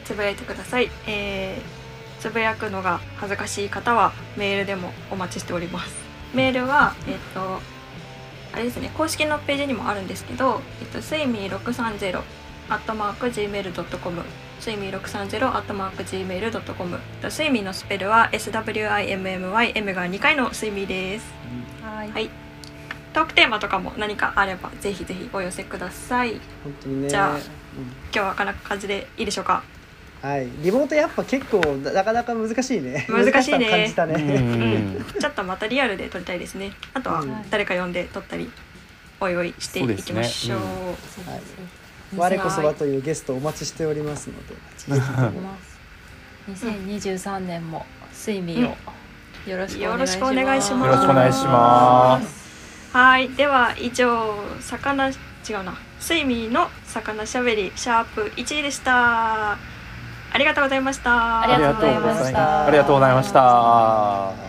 Speaker 1: つぶやいてください。えーつぶやくのが恥ずかしい方はメールでもお待ちしております。メールはえっ、とあれですね公式のページにもあるんですけど、えっ、と睡眠六三ゼロアットマーク gmail ドットコム睡眠六三ゼロアットマーク gmail ドットコム睡眠のスペルは S W I M M Y M が二回の睡眠です。
Speaker 5: はい
Speaker 1: はいトークテーマとかも何かあればぜひぜひお寄せください。今
Speaker 2: 本当にね
Speaker 1: じゃあ
Speaker 2: う
Speaker 1: 日はこんな感じでいいでしょうか。
Speaker 2: んはい、リモートやっぱ結構ななかなか難しいね
Speaker 1: 難しいね
Speaker 2: 難しさを感じた
Speaker 3: う
Speaker 2: ね、
Speaker 3: ん
Speaker 1: ちょっとまたリアルで撮りたいですね。あとは
Speaker 2: うん
Speaker 1: 誰か呼んで撮ったり、おいおいしていきましょう。
Speaker 3: そうです
Speaker 2: はい、我こそはというゲストお待ちしておりますので
Speaker 5: 2023年も睡眠をよろしくお願いします。
Speaker 1: よろしくお願いします
Speaker 3: よろしくお願いします。
Speaker 1: はい、では以上魚違うな、睡眠の魚しゃべりシャープ1でした。ありがとうございました。
Speaker 5: ありがとうございました
Speaker 3: ありがとうございました。